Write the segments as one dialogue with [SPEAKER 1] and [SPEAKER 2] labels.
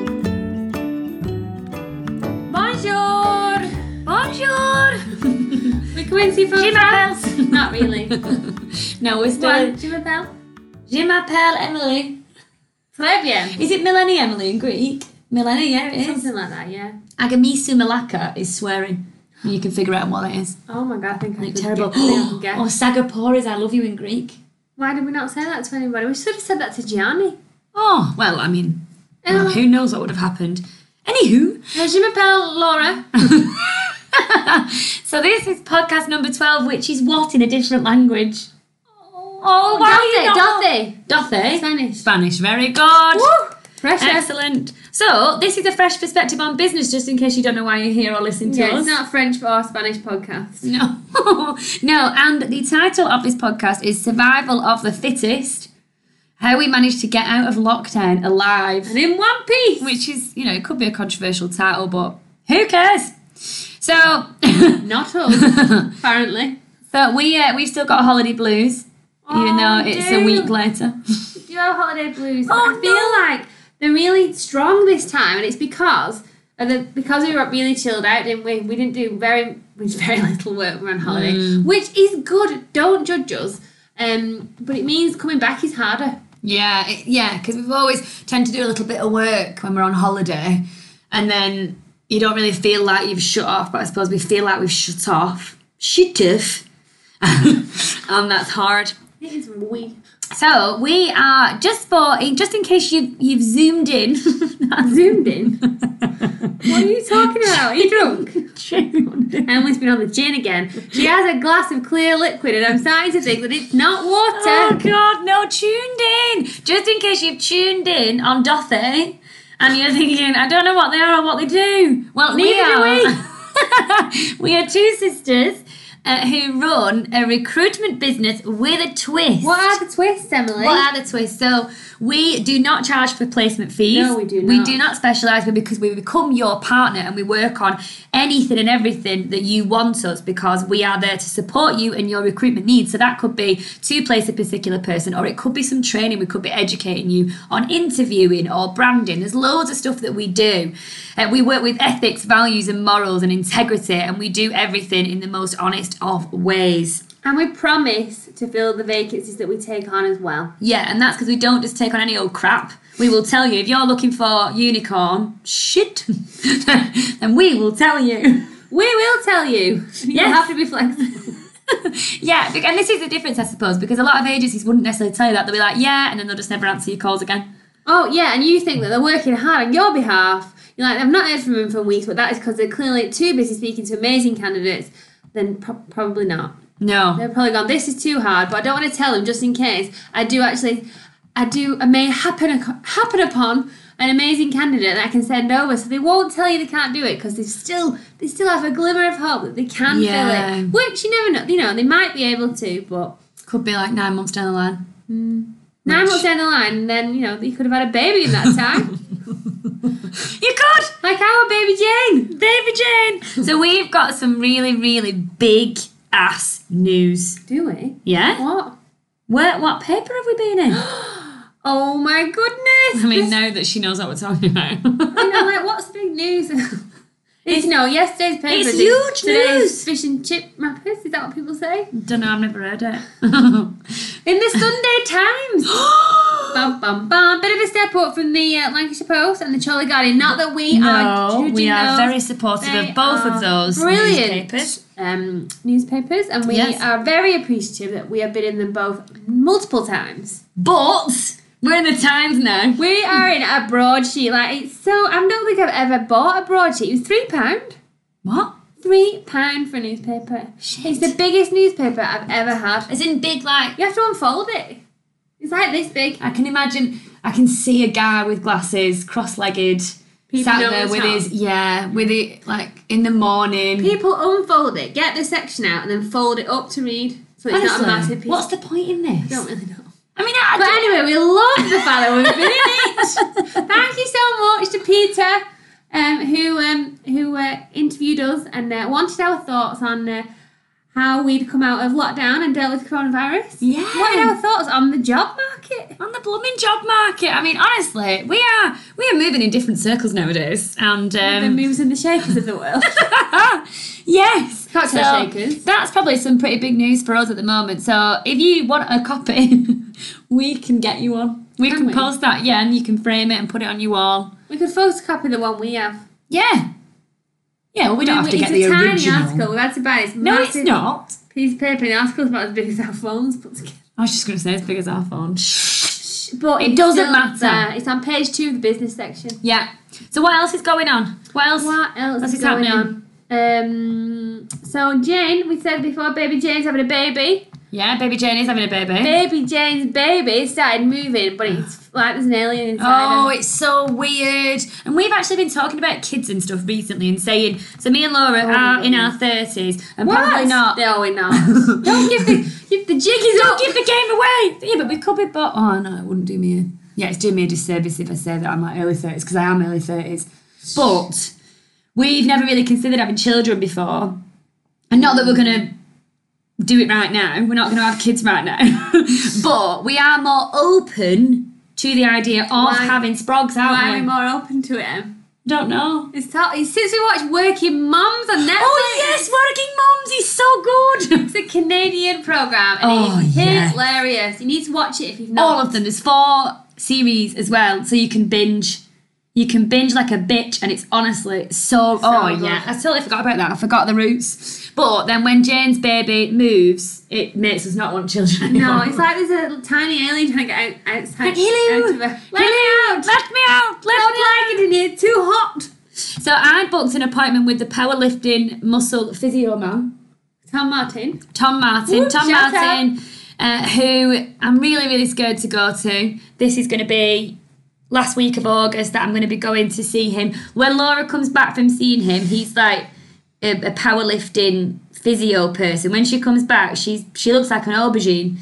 [SPEAKER 1] Quincy folks?
[SPEAKER 2] Je m'appelle.
[SPEAKER 1] Not really.
[SPEAKER 2] no, we're still.
[SPEAKER 1] What? Je m'appelle?
[SPEAKER 2] Je m'appelle Emily.
[SPEAKER 1] Très bien.
[SPEAKER 2] Is it Milani Emily in Greek? Milani, yeah, it is.
[SPEAKER 1] Something like that, yeah.
[SPEAKER 2] Agamisu Malaka is swearing. You can figure out what it is.
[SPEAKER 1] Oh my god, I think I
[SPEAKER 2] Like
[SPEAKER 1] can
[SPEAKER 2] terrible. Oh.
[SPEAKER 1] get- I think I can guess.
[SPEAKER 2] or Sagapore is I love you in Greek.
[SPEAKER 1] Why did we not say that to anybody? We should have said that to Gianni.
[SPEAKER 2] Oh, well, I mean, well,
[SPEAKER 1] Oh.
[SPEAKER 2] who knows what would have happened. Anywho,
[SPEAKER 1] Uh, Je m'appelle Laura.
[SPEAKER 2] so this is podcast number 12, which is what in a different language? Oh,
[SPEAKER 1] Dothy,
[SPEAKER 2] Dothy.
[SPEAKER 1] Dothy.
[SPEAKER 2] Dothy.
[SPEAKER 1] Spanish. Uh,
[SPEAKER 2] Spanish, very good.
[SPEAKER 1] Woo! Fresh air.
[SPEAKER 2] Excellent. So, this is a fresh perspective on business, just in case you don't know why you're here or listening to
[SPEAKER 1] Yeah,
[SPEAKER 2] us.
[SPEAKER 1] it's not French or Spanish podcast.
[SPEAKER 2] No, no. And the title of this podcast is Survival of the Fittest How We Managed to Get Out of Lockdown Alive,
[SPEAKER 1] And in one piece.
[SPEAKER 2] which is, you know, it could be a controversial title, but who cares? So,
[SPEAKER 1] Not us, apparently.
[SPEAKER 2] so we, uh, we've still got holiday blues, even though
[SPEAKER 1] Oh,
[SPEAKER 2] it's a
[SPEAKER 1] dude.
[SPEAKER 2] week later.
[SPEAKER 1] Do you have holiday blues?
[SPEAKER 2] Oh,
[SPEAKER 1] I feel like they're really strong this time, and it's because of the, because we were really chilled out, didn't we? We didn't do very we did very little work. when we We're on holiday,
[SPEAKER 2] Mm.
[SPEAKER 1] which is good. Don't judge us. Um, but it means coming back is harder.
[SPEAKER 2] Yeah, it, yeah, because we've always tend to do a little bit of work when we're on holiday, and then you don't really feel like you've shut off. But I suppose we feel like we've shut off, shut off, and that's hard.
[SPEAKER 1] It is we.
[SPEAKER 2] So we are just for in just in case you you've zoomed in,
[SPEAKER 1] Zoomed in? What are you talking about? Are you drunk?
[SPEAKER 2] June.
[SPEAKER 1] Emily's been on the gin again. She has a glass of clear liquid, and I'm starting to think that it's not
[SPEAKER 2] Oh
[SPEAKER 1] water.
[SPEAKER 2] God, no! Tuned in. Just in case you've tuned in on Dothy, and you're thinking, I don't know what they are or what they do. Well,
[SPEAKER 1] We
[SPEAKER 2] neither
[SPEAKER 1] are.
[SPEAKER 2] do we. we are two sisters uh, who run a recruitment business with a twist.
[SPEAKER 1] What are the twists, Emily?
[SPEAKER 2] What are the twists? So we do not charge for placement fees.
[SPEAKER 1] No, we do
[SPEAKER 2] We
[SPEAKER 1] not.
[SPEAKER 2] do not specialise but because we become your partner and we work on anything and everything that you want us because we are there to support you and your recruitment needs. So that could be to place a particular person or it could be some training. We could be educating you on interviewing or branding. There's loads of stuff that we do. Uh, we work with ethics, values and morals and integrity and we do everything in the most honest of ways.
[SPEAKER 1] And we promise to fill the vacancies that we take on as well.
[SPEAKER 2] Yeah, and that's because we don't just take on any old crap. We will tell you if you're looking for unicorn shit, then we will tell you.
[SPEAKER 1] We will tell you. You
[SPEAKER 2] Yes.
[SPEAKER 1] have to be flexible.
[SPEAKER 2] yeah, be- and this is the difference, I suppose, because a lot of agencies wouldn't necessarily tell you that. They'll be like, yeah, and then they'll just never answer your calls again.
[SPEAKER 1] Oh yeah, and you think that they're working hard on your behalf. You're like, I've not heard from them for weeks, but that is because they're clearly too busy speaking to amazing candidates. Then pro- probably not.
[SPEAKER 2] No.
[SPEAKER 1] They've probably gone. This is too hard, but I don't want to tell them just in case. I do actually, I do. I may happen ac- happen upon an amazing candidate that I can send over, so they won't tell you they can't do it because they still they still have a glimmer of hope that they can
[SPEAKER 2] Yeah.
[SPEAKER 1] fill it. Which you never know. You know they might be able to, but
[SPEAKER 2] Could be like nine months down the line.
[SPEAKER 1] nine
[SPEAKER 2] Which-
[SPEAKER 1] months down the line, and then you know you could have had a baby in that time,
[SPEAKER 2] You could!
[SPEAKER 1] like our baby Jane.
[SPEAKER 2] Baby Jane! so we've got some really, really big ass news.
[SPEAKER 1] Do we?
[SPEAKER 2] Yeah?
[SPEAKER 1] What?
[SPEAKER 2] Where, what paper have we been in?
[SPEAKER 1] Oh my goodness!
[SPEAKER 2] I mean, now that she knows what we're talking about.
[SPEAKER 1] you know, like what's big news? It's, no, yesterday's paper.
[SPEAKER 2] It's
[SPEAKER 1] is
[SPEAKER 2] huge
[SPEAKER 1] today's
[SPEAKER 2] news.
[SPEAKER 1] Fish and chip wrappers. Is that what people say?
[SPEAKER 2] Don't know, I've never heard it.
[SPEAKER 1] In the Sunday Times. Bum, bum, bum. Bit of a step up from the uh, Lancashire Post and the Chorley Guardian. Not that we are
[SPEAKER 2] no,
[SPEAKER 1] judging
[SPEAKER 2] we are
[SPEAKER 1] those.
[SPEAKER 2] very supportive
[SPEAKER 1] They
[SPEAKER 2] of both
[SPEAKER 1] are
[SPEAKER 2] of those
[SPEAKER 1] brilliant
[SPEAKER 2] newspapers.
[SPEAKER 1] Um, newspapers, and we
[SPEAKER 2] Yes.
[SPEAKER 1] are very appreciative that we have been in them both multiple times.
[SPEAKER 2] But we're in the Times now.
[SPEAKER 1] We are in a broadsheet. Like it's so. I don't think I've ever bought a broadsheet. It was three pound.
[SPEAKER 2] What?
[SPEAKER 1] Three pound for a newspaper.
[SPEAKER 2] Shit.
[SPEAKER 1] It's the biggest newspaper I've ever had.
[SPEAKER 2] As in big, like
[SPEAKER 1] You have to unfold it. It's like this big.
[SPEAKER 2] I can imagine. I can see a guy with glasses, cross-legged, sat
[SPEAKER 1] over
[SPEAKER 2] there
[SPEAKER 1] the
[SPEAKER 2] with
[SPEAKER 1] top.
[SPEAKER 2] his yeah, with it like in the morning.
[SPEAKER 1] People unfold it, get the section out, and then fold it up to read. So it's not
[SPEAKER 2] Honestly,
[SPEAKER 1] a massive piece.
[SPEAKER 2] what's the point in this?
[SPEAKER 1] I don't really know.
[SPEAKER 2] I mean, I
[SPEAKER 1] But
[SPEAKER 2] don't-
[SPEAKER 1] anyway, we love the fact that we've been in it. Thank you so much to Peter, um, who um, who uh, interviewed us and uh, wanted our thoughts on uh, how we'd come out of lockdown and dealt with coronavirus.
[SPEAKER 2] Yeah.
[SPEAKER 1] What are our thoughts on the job market?
[SPEAKER 2] on the blooming job market. I mean, honestly, we are we are moving in different circles nowadays, and
[SPEAKER 1] the
[SPEAKER 2] um,
[SPEAKER 1] moves and the shakers of the world.
[SPEAKER 2] Ah, yes,
[SPEAKER 1] Cocktail
[SPEAKER 2] So,
[SPEAKER 1] shakers.
[SPEAKER 2] That's probably some pretty big news for us at the moment. So if you want a copy, we can get you one. We
[SPEAKER 1] Can
[SPEAKER 2] can
[SPEAKER 1] we?
[SPEAKER 2] post that, yeah, and you can frame it and put it on your wall.
[SPEAKER 1] we could photocopy the one we have.
[SPEAKER 2] Yeah, yeah. Well, we don't
[SPEAKER 1] I mean,
[SPEAKER 2] have to
[SPEAKER 1] it's a
[SPEAKER 2] get the
[SPEAKER 1] tiny
[SPEAKER 2] original.
[SPEAKER 1] article. We've had to buy this
[SPEAKER 2] No, it's
[SPEAKER 1] massive
[SPEAKER 2] not.
[SPEAKER 1] piece of paper, and the article's about as big as our phones put together.
[SPEAKER 2] I was just gonna say as big as our phone.
[SPEAKER 1] But
[SPEAKER 2] It
[SPEAKER 1] it's
[SPEAKER 2] doesn't
[SPEAKER 1] still
[SPEAKER 2] matter.
[SPEAKER 1] there. It's on page two of the business section.
[SPEAKER 2] Yeah. So what else is going on? What else?
[SPEAKER 1] What else
[SPEAKER 2] That's
[SPEAKER 1] is going
[SPEAKER 2] happening.
[SPEAKER 1] on? Um, so Jane, we said before, baby Jane's having a baby.
[SPEAKER 2] Yeah, baby Jane is having a baby.
[SPEAKER 1] Baby Jane's baby started moving, but it's like there's an alien inside.
[SPEAKER 2] Oh,
[SPEAKER 1] her.
[SPEAKER 2] it's so weird. And we've actually been talking about kids and stuff recently and saying, so me and Laura are in our 30s and probably not.
[SPEAKER 1] No, we're not.
[SPEAKER 2] Don't give the,
[SPEAKER 1] if the jig is
[SPEAKER 2] don't
[SPEAKER 1] up.
[SPEAKER 2] give the game away. Yeah, but we could be, but oh no, it wouldn't do me a. Yeah, it's doing me a disservice if I say that I'm like early 30s because I am early 30s. But we've never really considered having children before. And not that we're going to do it right now. We're not going to have kids right now. but we are more open to the idea of
[SPEAKER 1] Why-
[SPEAKER 2] having sprogs, aren't
[SPEAKER 1] Why are
[SPEAKER 2] we?
[SPEAKER 1] we more open to it? Em?
[SPEAKER 2] Don't know.
[SPEAKER 1] It's tough. Since we watched Working Mums on Netflix,
[SPEAKER 2] Oh yes, Working Moms is so good.
[SPEAKER 1] it's a Canadian program and
[SPEAKER 2] Oh,
[SPEAKER 1] it's
[SPEAKER 2] yes.
[SPEAKER 1] hilarious. You need to watch it if you've not.
[SPEAKER 2] All of them. There's four series as well, so you can binge. You can binge like a bitch, and it's honestly so. oh
[SPEAKER 1] good.
[SPEAKER 2] yeah, I totally forgot about that. I forgot the roots. But then when Jane's baby moves, it makes us not want children.
[SPEAKER 1] No,
[SPEAKER 2] anymore.
[SPEAKER 1] it's like there's a tiny alien trying to get out, outside.
[SPEAKER 2] Hello.
[SPEAKER 1] out of her. Let
[SPEAKER 2] Hello.
[SPEAKER 1] me out!
[SPEAKER 2] Let me out. Let me out.
[SPEAKER 1] I don't like it in here. Too hot.
[SPEAKER 2] So I booked an appointment with the powerlifting muscle physio man.
[SPEAKER 1] Tom Martin.
[SPEAKER 2] Tom Martin.
[SPEAKER 1] Whoop,
[SPEAKER 2] Tom
[SPEAKER 1] shout
[SPEAKER 2] Martin, uh, who I'm really, really scared to go to. This is going to be last week of August that I'm going to be going to see him. When Laura comes back from seeing him, he's like a, a powerlifting physio person. When she comes back, she's she looks like an aubergine,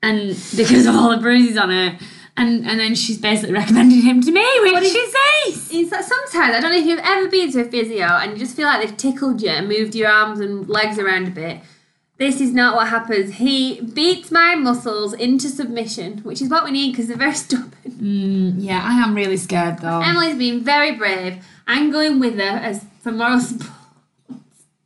[SPEAKER 2] and because of all the bruises on her. And, and then she's basically recommended him to me, which
[SPEAKER 1] is-
[SPEAKER 2] is ace.
[SPEAKER 1] It's like sometimes I don't know if you've ever been to a physio and you just feel like they've tickled you and moved your arms and legs around a bit. This is not what happens. He beats my muscles into submission, which is what we need because they're very stubborn.
[SPEAKER 2] Yeah, I am really scared though.
[SPEAKER 1] Emily's been very brave. I'm going with her as for moral support.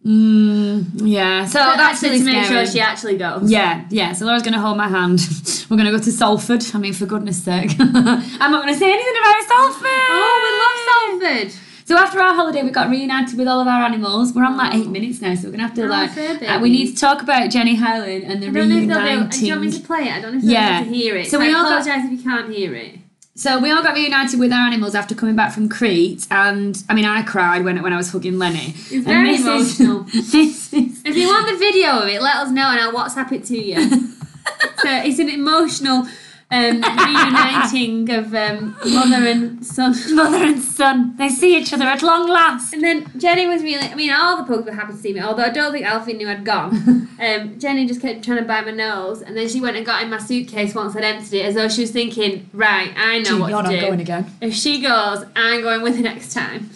[SPEAKER 2] Mm, yeah, so, that's really
[SPEAKER 1] to make
[SPEAKER 2] scary.
[SPEAKER 1] sure she actually goes.
[SPEAKER 2] Yeah, yeah. So Laura's going to hold my hand. We're going to go to Salford. I mean, for goodness sake. I'm not going to say anything about Salford.
[SPEAKER 1] Oh, we love Salford.
[SPEAKER 2] So after our holiday, we got reunited with all of our animals. We're on like eight minutes now, so we're going to have to
[SPEAKER 1] Oh,
[SPEAKER 2] like.
[SPEAKER 1] fair
[SPEAKER 2] uh, we
[SPEAKER 1] babies.
[SPEAKER 2] need to talk about Jenny Howland and the
[SPEAKER 1] I don't know if they'll do, do you want me
[SPEAKER 2] reuniting.
[SPEAKER 1] to play it? I don't know if they'll
[SPEAKER 2] Yeah.
[SPEAKER 1] yeah. to hear it.
[SPEAKER 2] So
[SPEAKER 1] So,
[SPEAKER 2] we
[SPEAKER 1] we I
[SPEAKER 2] all got-
[SPEAKER 1] apologise if you can't hear it.
[SPEAKER 2] So we all got reunited with our animals after coming back from Crete, and I mean, I cried when when I was hugging Lenny.
[SPEAKER 1] It's
[SPEAKER 2] And
[SPEAKER 1] very
[SPEAKER 2] this is-
[SPEAKER 1] emotional.
[SPEAKER 2] this is
[SPEAKER 1] If you want the video of it, let us know and I'll WhatsApp it to you. so it's an emotional um, reuniting of um, mother and son.
[SPEAKER 2] mother and son. They see each other at long last.
[SPEAKER 1] And then Jenny was really, I mean, all the pugs were happy to see me, although I don't think Alfie knew I'd gone. Um, Jenny just kept trying to bite my nose, and then she went and got in my suitcase once I'd emptied it, as though she was thinking, right, I know what
[SPEAKER 2] You're
[SPEAKER 1] to
[SPEAKER 2] not
[SPEAKER 1] do.
[SPEAKER 2] going again.
[SPEAKER 1] If she goes, I'm going with her next time.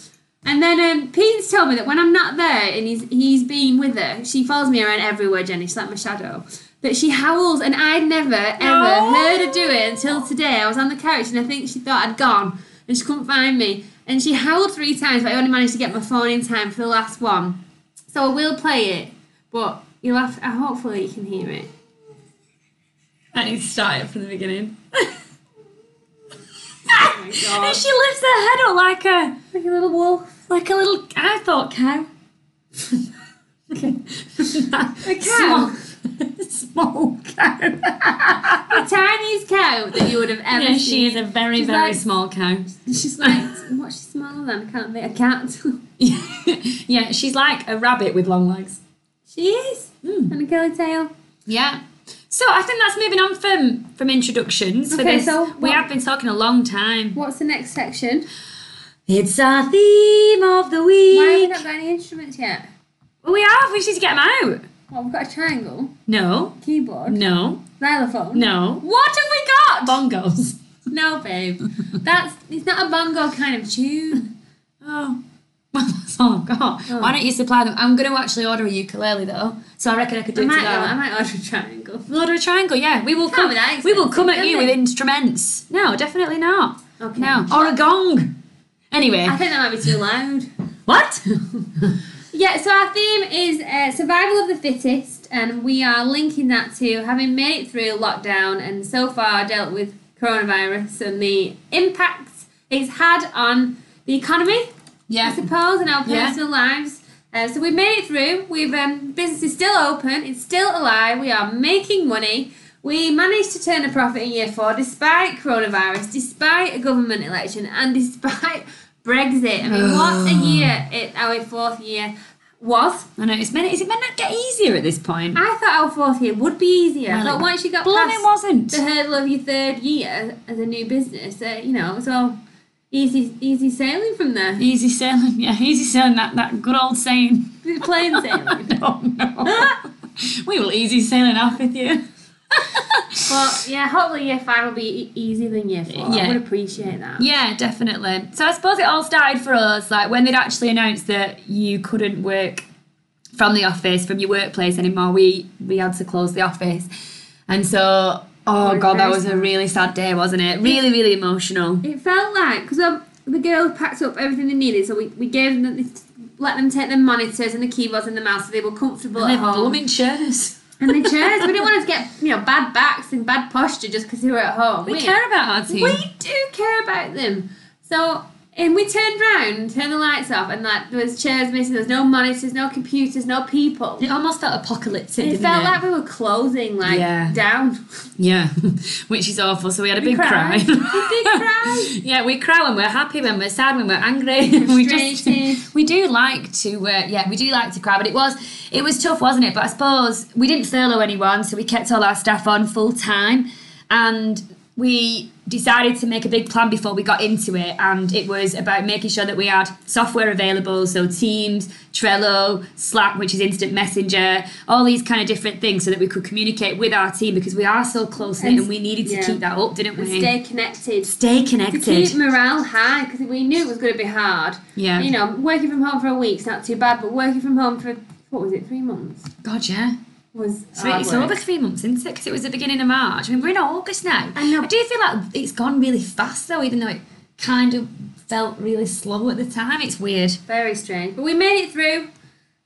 [SPEAKER 1] And then um, Pete's told me that when I'm not there and he's he's been with her, she follows me around everywhere, Jenny. She's like my shadow. That she howls, and I'd never ever
[SPEAKER 2] No.
[SPEAKER 1] heard her do it until today. I was on the couch and I think she thought I'd gone and she couldn't find me. And she howled three times, but I only managed to get my phone in time for the last one. So I will play it, but you'll have uh, hopefully you can hear it.
[SPEAKER 2] I need to start it from the beginning.
[SPEAKER 1] Oh my God.
[SPEAKER 2] and she lifts her head up like a
[SPEAKER 1] Like a little wolf.
[SPEAKER 2] like a little I thought cow. a
[SPEAKER 1] cow?
[SPEAKER 2] Small, small cow.
[SPEAKER 1] The tiniest cow that you would have ever
[SPEAKER 2] yeah,
[SPEAKER 1] seen.
[SPEAKER 2] she is a very,
[SPEAKER 1] She's
[SPEAKER 2] very
[SPEAKER 1] like-
[SPEAKER 2] small cow.
[SPEAKER 1] She's like, what's she smaller than? I can't think. A cat.
[SPEAKER 2] yeah, she's like a rabbit with long legs. Hmm.
[SPEAKER 1] she is. And a curly tail.
[SPEAKER 2] Yeah. So I think that's moving on from from introductions for
[SPEAKER 1] Okay,
[SPEAKER 2] this.
[SPEAKER 1] so
[SPEAKER 2] we
[SPEAKER 1] what-
[SPEAKER 2] have been talking a long time.
[SPEAKER 1] What's the next section?
[SPEAKER 2] It's our theme of the week.
[SPEAKER 1] Why have we not got any instruments yet?
[SPEAKER 2] we have. We should get them out.
[SPEAKER 1] Well, we've got a triangle,
[SPEAKER 2] No.
[SPEAKER 1] keyboard,
[SPEAKER 2] No.
[SPEAKER 1] xylophone.
[SPEAKER 2] No.
[SPEAKER 1] What have we got?
[SPEAKER 2] Bongos.
[SPEAKER 1] No, babe. That's it's not a bongo kind of tune.
[SPEAKER 2] Oh. That's all I've got.
[SPEAKER 1] Oh.
[SPEAKER 2] Why don't you supply them? I'm going to actually order a ukulele though, so I reckon I could do
[SPEAKER 1] I
[SPEAKER 2] it
[SPEAKER 1] might,
[SPEAKER 2] today.
[SPEAKER 1] I might order a triangle.
[SPEAKER 2] We'll order a triangle, yeah. We will
[SPEAKER 1] Can't
[SPEAKER 2] come.
[SPEAKER 1] be that
[SPEAKER 2] We will
[SPEAKER 1] expensive,
[SPEAKER 2] come at
[SPEAKER 1] can
[SPEAKER 2] you
[SPEAKER 1] they?
[SPEAKER 2] with instruments. No, definitely not.
[SPEAKER 1] Okay.
[SPEAKER 2] No, or a gong. Anyway,
[SPEAKER 1] I think that might be too loud.
[SPEAKER 2] what?
[SPEAKER 1] Yeah, so our theme is uh, survival of the fittest, and we are linking that to having made it through lockdown and so far dealt with coronavirus and the impacts it's had on the economy, I
[SPEAKER 2] yeah,
[SPEAKER 1] suppose, and our
[SPEAKER 2] Yeah.
[SPEAKER 1] personal lives. Uh, so we've made it through. We've um, business is still open. It's still alive. We are making money. We managed to turn a profit in year four despite coronavirus, despite a government election, and despite Brexit. I mean, what a year it, our fourth year was.
[SPEAKER 2] I know. It's meant. Is it meant to get easier at this point?
[SPEAKER 1] I thought our fourth year would be easier,
[SPEAKER 2] Well,
[SPEAKER 1] but
[SPEAKER 2] it
[SPEAKER 1] once you got
[SPEAKER 2] Blooming
[SPEAKER 1] past
[SPEAKER 2] wasn't.
[SPEAKER 1] the hurdle of your third year as a new business, uh, you know, it's all easy, easy sailing from there.
[SPEAKER 2] Easy sailing, yeah, easy sailing. That that good old saying.
[SPEAKER 1] Plain sailing.
[SPEAKER 2] Oh no, we will easy sailing off with you.
[SPEAKER 1] But yeah, hopefully year five will be e- easier than year four.
[SPEAKER 2] Yeah.
[SPEAKER 1] I would appreciate that.
[SPEAKER 2] Yeah, definitely. So I suppose it all started for us, like when they'd actually announced that you couldn't work from the office, from your workplace anymore. We we had to close the office, and so oh
[SPEAKER 1] Very
[SPEAKER 2] god, that
[SPEAKER 1] very
[SPEAKER 2] was a
[SPEAKER 1] sad.
[SPEAKER 2] really sad day, wasn't it? Really, really emotional.
[SPEAKER 1] It felt like because um, the girls packed up everything they needed, so we, we gave them let them take their monitors and the keyboards and the mouse so they were comfortable at home.
[SPEAKER 2] blooming chairs.
[SPEAKER 1] And the chairs. we didn't want to get you know bad backs and bad posture just because they were at home.
[SPEAKER 2] We care about our team.
[SPEAKER 1] We do care about them. So, and we turned round, turned the lights off, and like there was chairs missing. There was no monitors, no computers, no people.
[SPEAKER 2] it almost felt apocalyptic.
[SPEAKER 1] It
[SPEAKER 2] didn't
[SPEAKER 1] felt like we were closing, like
[SPEAKER 2] Yeah.
[SPEAKER 1] down.
[SPEAKER 2] yeah, which is awful. So we had a
[SPEAKER 1] We
[SPEAKER 2] big cry.
[SPEAKER 1] cried. We did cry.
[SPEAKER 2] yeah, we cry when we're happy, when we're sad, when we're angry. we
[SPEAKER 1] Frustrated.
[SPEAKER 2] just we do like to uh, yeah we do like to cry, but it was it was tough, wasn't it? But I suppose we didn't furlough anyone, so we kept all our staff on full time, and we decided to make a big plan before we got into it and it was about making sure that we had software available so teams trello slack which is instant messenger all these kind of different things so that we could communicate with our team because we are so close knit
[SPEAKER 1] And-
[SPEAKER 2] and we needed to
[SPEAKER 1] yeah.
[SPEAKER 2] keep that up didn't we
[SPEAKER 1] and stay connected.
[SPEAKER 2] stay
[SPEAKER 1] To
[SPEAKER 2] connected.
[SPEAKER 1] keep morale high because we knew it was going to be hard.
[SPEAKER 2] Yeah.
[SPEAKER 1] You know, working from home for a week's not too bad, but working from home for what was it, three months
[SPEAKER 2] God, yeah.
[SPEAKER 1] was.
[SPEAKER 2] So
[SPEAKER 1] hard
[SPEAKER 2] it's
[SPEAKER 1] work.
[SPEAKER 2] over three months, isn't it? Because it was the beginning of March. I mean, we're in August now.
[SPEAKER 1] I know.
[SPEAKER 2] I do feel like it's gone really fast, though, even though it kind of felt really slow at the time. It's weird.
[SPEAKER 1] Very strange. But we made it through.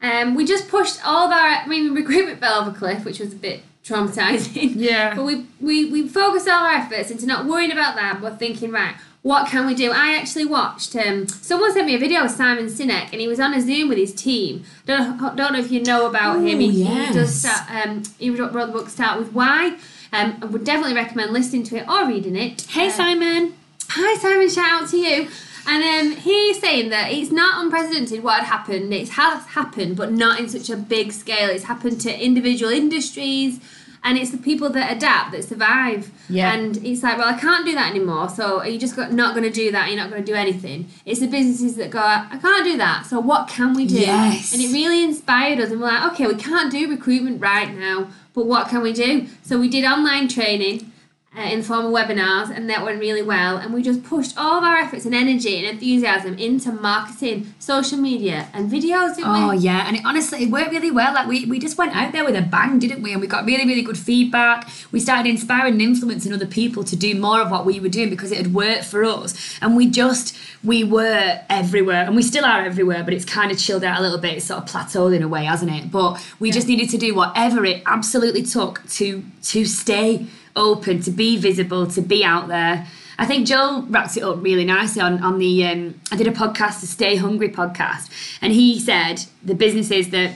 [SPEAKER 1] Um, we just pushed all of our, I mean, recruitment fell off a cliff, which was a bit traumatizing.
[SPEAKER 2] Yeah.
[SPEAKER 1] But we, we, we focused all our efforts into not worrying about that, but thinking, right, what can we do? I actually watched, um, someone sent me a video of Simon Sinek, and he was on a Zoom with his team. Don't, don't know if you know about him.
[SPEAKER 2] Ooh,
[SPEAKER 1] He,
[SPEAKER 2] Oh, yes.
[SPEAKER 1] he does start, um, he wrote wrote the book Start With Why. Um, I would definitely recommend listening to it or reading it.
[SPEAKER 2] Hey,
[SPEAKER 1] Um,
[SPEAKER 2] Simon.
[SPEAKER 1] Hi Simon, shout out to you. And um, he's saying that it's not unprecedented what had happened. It has happened, but not in such a big scale. It's happened to individual industries, and it's the people that adapt that survive.
[SPEAKER 2] Yeah.
[SPEAKER 1] And it's like, well, I can't do that anymore. So are you just got, not going to do that? You're not going to do anything. It's the businesses that go, I can't do that. So what can we do?
[SPEAKER 2] Yes.
[SPEAKER 1] And it really inspired us. And we're like, okay, we can't do recruitment right now, but what can we do? So we did online training uh, informal webinars and that went really well and we just pushed all of our efforts and energy and enthusiasm into marketing social media and videos didn't
[SPEAKER 2] Oh
[SPEAKER 1] we
[SPEAKER 2] yeah, and it, honestly, it worked really well. Like we, we just went out there with a bang, didn't we? And we got really really good feedback. We started inspiring and influencing other people to do more of what we were doing because it had worked for us. And we just we were everywhere, and we still are everywhere, but it's kind of chilled out a little bit. It's sort of plateaued in a way, hasn't it? But we just needed to do whatever it absolutely took to to stay open, to be visible, to be out there. I think Joel wraps it up really nicely on, on the. Um, I did a podcast, the Stay Hungry podcast, and he said the businesses that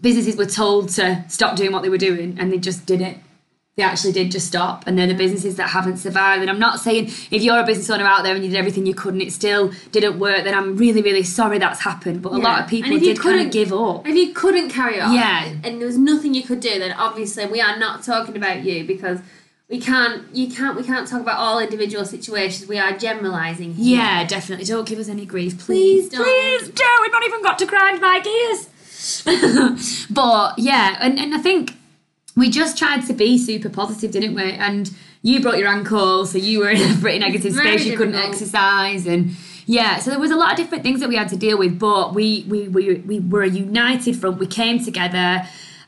[SPEAKER 2] businesses were told to stop doing what they were doing, and they just did it. They actually did just stop, and they're the businesses that haven't survived. And I'm not saying if you're a business owner out there and you did everything you could and it still didn't work, then I'm really, really sorry that's happened. But a
[SPEAKER 1] Yeah.
[SPEAKER 2] lot of people
[SPEAKER 1] And if you
[SPEAKER 2] did kind of
[SPEAKER 1] couldn't-
[SPEAKER 2] give up.
[SPEAKER 1] if you couldn't carry on
[SPEAKER 2] Yeah.
[SPEAKER 1] and there was nothing you could do then obviously we are not talking about you because we can't you can't we can't talk about all individual situations we are generalizing here.
[SPEAKER 2] Yeah, definitely. Don't give us any grief, please.
[SPEAKER 1] Please don't.
[SPEAKER 2] Please don't. We've not even got to grind my gears. but yeah, and, and I think we just tried to be super positive, didn't we? And you broke your ankle, so you were in a pretty negative
[SPEAKER 1] Very
[SPEAKER 2] space. You couldn't
[SPEAKER 1] difficult.
[SPEAKER 2] exercise, and Yeah, so there was a lot of different things that we had to deal with, but we we we, we were a united front. We came together,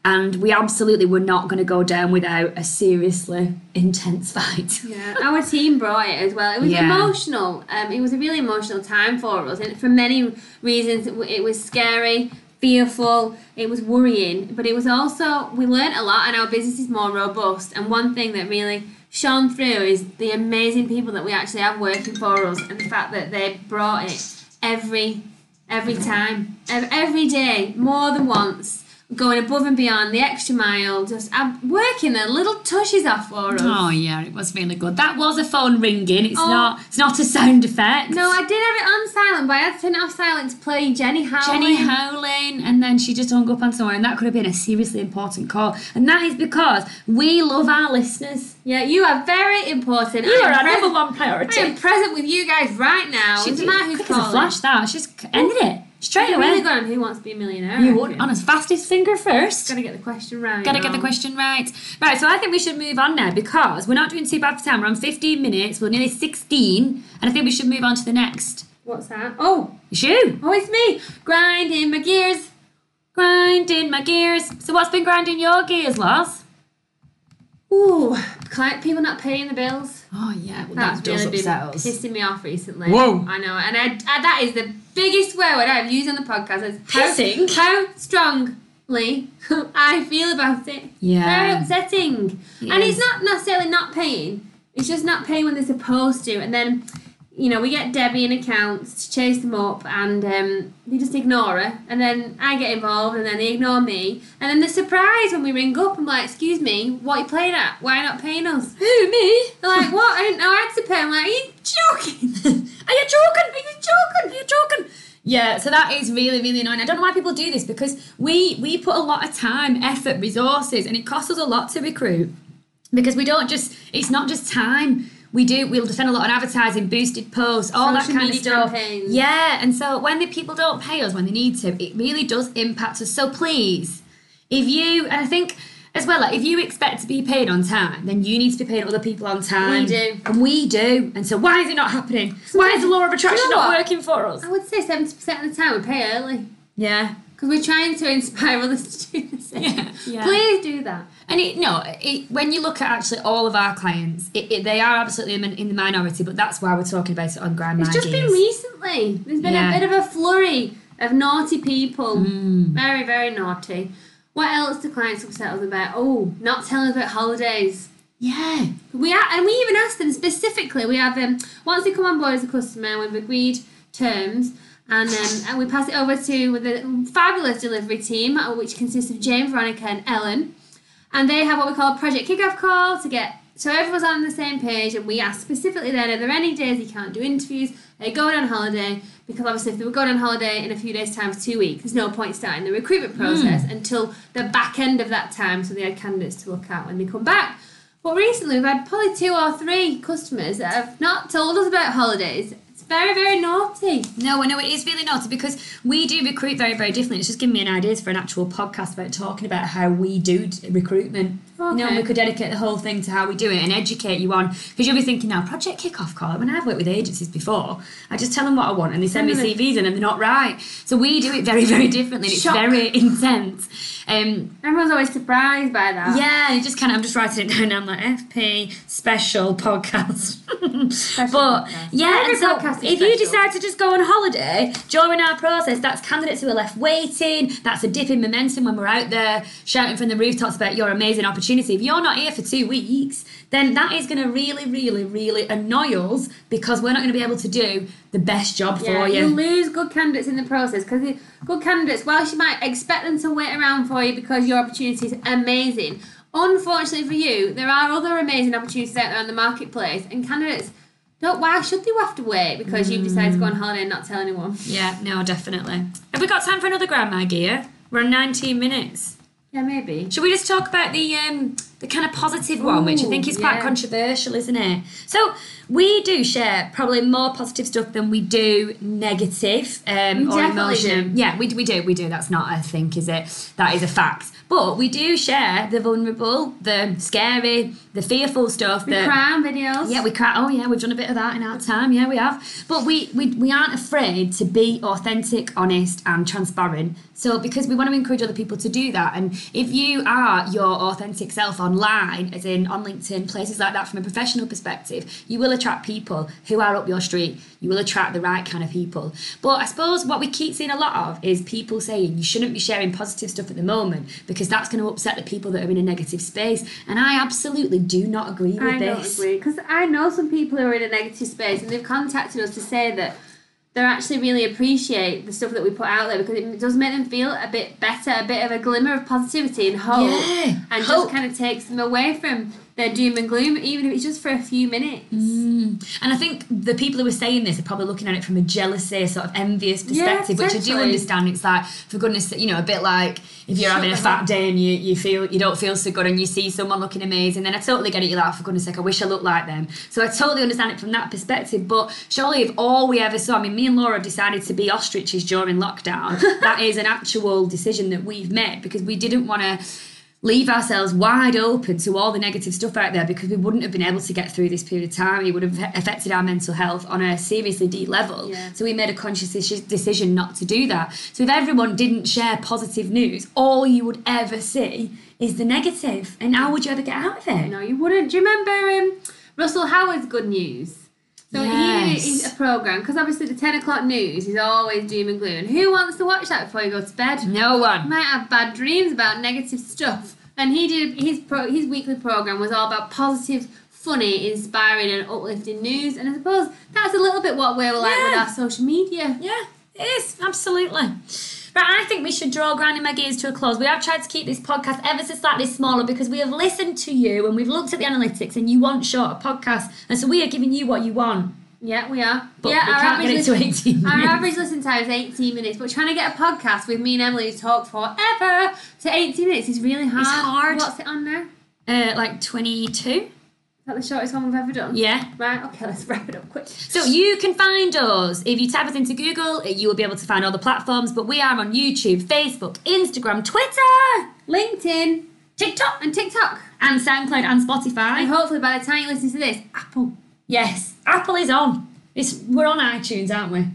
[SPEAKER 2] and we absolutely were not going to go down without a seriously intense fight.
[SPEAKER 1] Yeah, our team brought it as well. It was
[SPEAKER 2] Yeah.
[SPEAKER 1] emotional. Um, it was a really emotional time for us, and for many reasons, it w- it was scary, fearful, it was worrying, but it was also we learnt a lot, and our business is more robust. And one thing that really shone through is the amazing people that we actually have working for us, and the fact that they brought it every every time, ev- every day, more than once. Going above and beyond the extra mile, just ab- working their little tushes off for us.
[SPEAKER 2] Oh yeah, it was really good. That was a phone ringing. It's
[SPEAKER 1] Oh.
[SPEAKER 2] not. It's not a sound effect.
[SPEAKER 1] No, I did have it on silent, but I had to turn it off silent to play Jenny Howling.
[SPEAKER 2] Jenny howling, and then she just hung up on someone, and that could have been a seriously important call. And that is because we love our listeners.
[SPEAKER 1] Yeah, you are very important.
[SPEAKER 2] You
[SPEAKER 1] I
[SPEAKER 2] are
[SPEAKER 1] am
[SPEAKER 2] our
[SPEAKER 1] pres-
[SPEAKER 2] number one
[SPEAKER 1] I am
[SPEAKER 2] priority.
[SPEAKER 1] present with you guys right now.
[SPEAKER 2] She
[SPEAKER 1] It doesn't
[SPEAKER 2] did-
[SPEAKER 1] matter who's
[SPEAKER 2] quick as
[SPEAKER 1] calling.
[SPEAKER 2] a flash. That she's ended it straight
[SPEAKER 1] You're
[SPEAKER 2] away.
[SPEAKER 1] really good on Who Wants to Be a Millionaire. I
[SPEAKER 2] you would
[SPEAKER 1] reckon.
[SPEAKER 2] on his fastest finger first.
[SPEAKER 1] Gotta get the question right.
[SPEAKER 2] Gotta get the
[SPEAKER 1] now.
[SPEAKER 2] question right. Right, so I think we should move on now because we're not doing too bad for time. We're on 15 minutes, we're nearly 16, and I think we should move on to the next.
[SPEAKER 1] What's that? Oh,
[SPEAKER 2] It's you.
[SPEAKER 1] oh, it's me. Grinding my gears.
[SPEAKER 2] Grinding my gears. So, what's been grinding your gears, Lars?
[SPEAKER 1] Ooh, client people not paying the bills.
[SPEAKER 2] Oh, yeah, well,
[SPEAKER 1] That's really been pissing me off recently.
[SPEAKER 2] Whoa.
[SPEAKER 1] I know, and I, I, that is the biggest word I've used on the podcast. Is
[SPEAKER 2] Pissing?
[SPEAKER 1] How, how strongly I feel about it. Very
[SPEAKER 2] Yeah.
[SPEAKER 1] upsetting.
[SPEAKER 2] It
[SPEAKER 1] and
[SPEAKER 2] is.
[SPEAKER 1] it's not necessarily not paying. It's just not paying when they're supposed to. And then, you know, we get Debbie in accounts to chase them up and um, they just ignore her. And then I get involved and then they ignore me. And then they're surprised when we ring up. I'm like, excuse me, what are you playing at? Why not paying us?
[SPEAKER 2] Who, me?
[SPEAKER 1] They're like, what? I didn't know I had to pay. I'm like, are you joking?
[SPEAKER 2] Are you joking? Are you joking? Are you joking? Yeah, so that is really, really annoying. I don't know why people do this because we we put a lot of time, effort, resources, and it costs us a lot to recruit because we don't just. It's not just time. We do. We'll spend a lot on advertising, boosted posts, all that
[SPEAKER 1] Social
[SPEAKER 2] kind of
[SPEAKER 1] media
[SPEAKER 2] stuff.
[SPEAKER 1] campaigns.
[SPEAKER 2] Yeah, and so when the people don't pay us when they need to, it really does impact us. So please, if you and I think as well, like if you expect to be paid on time, then you need to be paying other people on time.
[SPEAKER 1] We do.
[SPEAKER 2] and we do. And so why is it not happening? Why is the law of attraction
[SPEAKER 1] You know
[SPEAKER 2] not
[SPEAKER 1] what?
[SPEAKER 2] working for us?
[SPEAKER 1] I would say 70% of the time we pay early.
[SPEAKER 2] Yeah,
[SPEAKER 1] Because we're trying to inspire others to do the same.
[SPEAKER 2] yeah, yeah.
[SPEAKER 1] Please do that.
[SPEAKER 2] And it, no, it, when you look at actually all of our clients, it, it, they are absolutely in in the minority, but that's why we're talking about it on Grand
[SPEAKER 1] It's just been recently. There's been
[SPEAKER 2] Yeah.
[SPEAKER 1] a bit of a flurry of naughty people. Very, very naughty. What else do clients upset us about? Oh, not telling us about holidays.
[SPEAKER 2] Yeah,
[SPEAKER 1] We are, and we even asked them specifically. We have um, once they come on board as a customer, we've agreed terms, and um, and we pass it over to the fabulous delivery team, uh, which consists of Jane, Veronica, and Ellen, and they have what we call a project kickoff call to get so everyone's on the same page, and we ask specifically then are there any days you can't do interviews? Are you going on holiday? Because obviously, if they were going on holiday in a few days' time, for two weeks, there's no point starting the recruitment process until the back end of that time, so they had candidates to look at when they come back. But recently, we've had probably two or three customers that have not told us about holidays. It's very, very naughty.
[SPEAKER 2] No, I know it is really naughty because we do recruit very, very differently. It's just giving me an idea for an actual podcast about talking about how we do d- recruitment. You know,
[SPEAKER 1] Okay.
[SPEAKER 2] we could dedicate the whole thing to how we do it and educate you on because you'll be thinking now, project kickoff call. When I've worked with agencies before, I just tell them what I want and they send me
[SPEAKER 1] Really?
[SPEAKER 2] CVs and then they're not right. So we do it very, very differently. and It's
[SPEAKER 1] Shock.
[SPEAKER 2] very intense. Um,
[SPEAKER 1] Everyone's always surprised by that.
[SPEAKER 2] yeah, and it just kind of, I'm just writing it down now. I'm like, FP special podcast. but
[SPEAKER 1] podcast.
[SPEAKER 2] yeah,
[SPEAKER 1] Every
[SPEAKER 2] and so
[SPEAKER 1] podcast is
[SPEAKER 2] if you
[SPEAKER 1] special.
[SPEAKER 2] decide to just go on holiday during our process, that's candidates who are left waiting. That's a dip in momentum when we're out there shouting from the rooftops about your amazing opportunity. If you're not here for two weeks, then that is going to really, really, really annoy us because we're not going to be able to do the best job
[SPEAKER 1] Yeah,
[SPEAKER 2] for
[SPEAKER 1] you
[SPEAKER 2] you.
[SPEAKER 1] lose good candidates in the process because good candidates, whilst you might expect them to wait around for you because your opportunity is amazing, unfortunately for you, there are other amazing opportunities out there on the marketplace, and candidates don't. Why should they have to wait because you've decided to go on
[SPEAKER 2] Mm.
[SPEAKER 1] holiday and not tell anyone?
[SPEAKER 2] Yeah, no, definitely. Have we got time for another grandma gear? We're on 19 minutes.
[SPEAKER 1] Yeah, maybe.
[SPEAKER 2] Should we just talk about the um, the kind of positive one, which I think is quite
[SPEAKER 1] yeah.
[SPEAKER 2] controversial, isn't it? So we do share probably more positive stuff than we do negative um,
[SPEAKER 1] We
[SPEAKER 2] or
[SPEAKER 1] definitely
[SPEAKER 2] emotion.
[SPEAKER 1] do.
[SPEAKER 2] Yeah, we, we do, we do. That's not a thing, is it? That is a fact. But we do share the vulnerable, the scary, the fearful stuff.
[SPEAKER 1] The
[SPEAKER 2] that,
[SPEAKER 1] crime videos.
[SPEAKER 2] yeah, we cry. Oh, yeah, we've done a bit of that in our time. Yeah, we have. But we, we, we aren't afraid to be authentic, honest, and transparent. So, because we want to encourage other people to do that. And if you are your authentic self online, as in on LinkedIn, places like that, from a professional perspective, you will attract people who are up your street. You will attract the right kind of people. But I suppose what we keep seeing a lot of is people saying you shouldn't be sharing positive stuff at the moment because that's going to upset the people that are in a negative space. And I absolutely do not agree with
[SPEAKER 1] I
[SPEAKER 2] this.
[SPEAKER 1] don't agree because I know some people who are in a negative space and they've contacted us to say that they actually really appreciate the stuff that we put out there because it does make them feel a bit better, a bit of a glimmer of positivity and hope,
[SPEAKER 2] Yeah,
[SPEAKER 1] and
[SPEAKER 2] hope.
[SPEAKER 1] just kind of takes them away from their doom and gloom, even if it's just for a few minutes.
[SPEAKER 2] Mm. And I think the people who are saying this are probably looking at it from a jealousy, sort of envious
[SPEAKER 1] Yeah,
[SPEAKER 2] perspective, which I do
[SPEAKER 1] potentially.
[SPEAKER 2] understand. It's like, for goodness sake, you know, a bit like if you're
[SPEAKER 1] Shut
[SPEAKER 2] having a
[SPEAKER 1] the
[SPEAKER 2] fat
[SPEAKER 1] hell-
[SPEAKER 2] day and you, you feel you don't feel so good and you see someone looking amazing, then I totally get it. You're like, for goodness sake, I wish I looked like them. So I totally understand it from that perspective. But surely, if all we ever saw, I mean, me and Laura have decided to be ostriches during lockdown. that is an actual decision that we've made because we didn't want to leave ourselves wide open to all the negative stuff out there because we wouldn't have been able to get through this period of time. It would have affected our mental health on a seriously deep level.
[SPEAKER 1] Yeah.
[SPEAKER 2] So we made a conscious deci- decision not to do that. So if everyone didn't share positive news, all you would ever see is the negative. And how would you ever get out of it?
[SPEAKER 1] No, you wouldn't. Do you remember um, Russell Howard's Good News? So he
[SPEAKER 2] Yes.
[SPEAKER 1] is a program because obviously the ten o'clock news is always doom and gloom. Who wants to watch that before you go to bed?
[SPEAKER 2] No
[SPEAKER 1] I
[SPEAKER 2] one.
[SPEAKER 1] might have bad dreams about negative stuff. And he did his pro, his weekly program was all about positive, funny, inspiring, and uplifting news. And I suppose that's a little bit what we're like with
[SPEAKER 2] Yeah.
[SPEAKER 1] our social media.
[SPEAKER 2] Yeah, it is, absolutely. Right, I think we should draw Grinding My Gears to a close. We have tried to keep this podcast ever so slightly smaller because we have listened to you and we've looked at the analytics and you want shorter podcasts. And so we are giving you what you want.
[SPEAKER 1] Yeah, we are.
[SPEAKER 2] But
[SPEAKER 1] yeah,
[SPEAKER 2] we can't get it to
[SPEAKER 1] listen-
[SPEAKER 2] 18
[SPEAKER 1] Our
[SPEAKER 2] minutes.
[SPEAKER 1] average listen time is 18 minutes, but trying to get a podcast with me and Emily who talk forever to 18 minutes is really hard.
[SPEAKER 2] hard.
[SPEAKER 1] What's it on now? Is
[SPEAKER 2] Uh, like 22?
[SPEAKER 1] that the shortest one we've ever done?
[SPEAKER 2] Yeah.
[SPEAKER 1] Right, okay, let's wrap it up quick.
[SPEAKER 2] So you can find us. If you type us into Google, you will be able to find all the platforms. But we are on YouTube, Facebook, Instagram, Twitter,
[SPEAKER 1] LinkedIn, TikTok, and TikTok.
[SPEAKER 2] and SoundCloud and
[SPEAKER 1] And
[SPEAKER 2] Spotify.
[SPEAKER 1] hopefully by the time you listen to this, Apple.
[SPEAKER 2] Yes, Apple is on. It's, we're on iTunes, aren't we?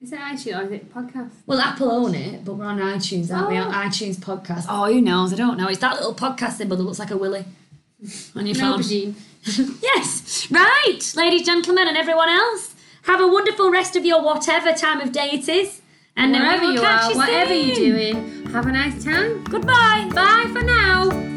[SPEAKER 1] Is it iTunes or is it podcast?
[SPEAKER 2] Well, Apple own it, but we're on iTunes, aren't we?
[SPEAKER 1] Oh.
[SPEAKER 2] On iTunes podcast. Oh, who knows? I don't know. It's that little podcast symbol that looks like a willy on your phone.
[SPEAKER 1] Aubergine.
[SPEAKER 2] yes. Right, ladies, gentlemen, and everyone else, have a wonderful rest of your whatever time of day it is. And then we
[SPEAKER 1] wherever
[SPEAKER 2] will
[SPEAKER 1] you
[SPEAKER 2] catch
[SPEAKER 1] are, whatever
[SPEAKER 2] soon.
[SPEAKER 1] you're doing, have a nice time.
[SPEAKER 2] Goodbye.
[SPEAKER 1] Bye for now.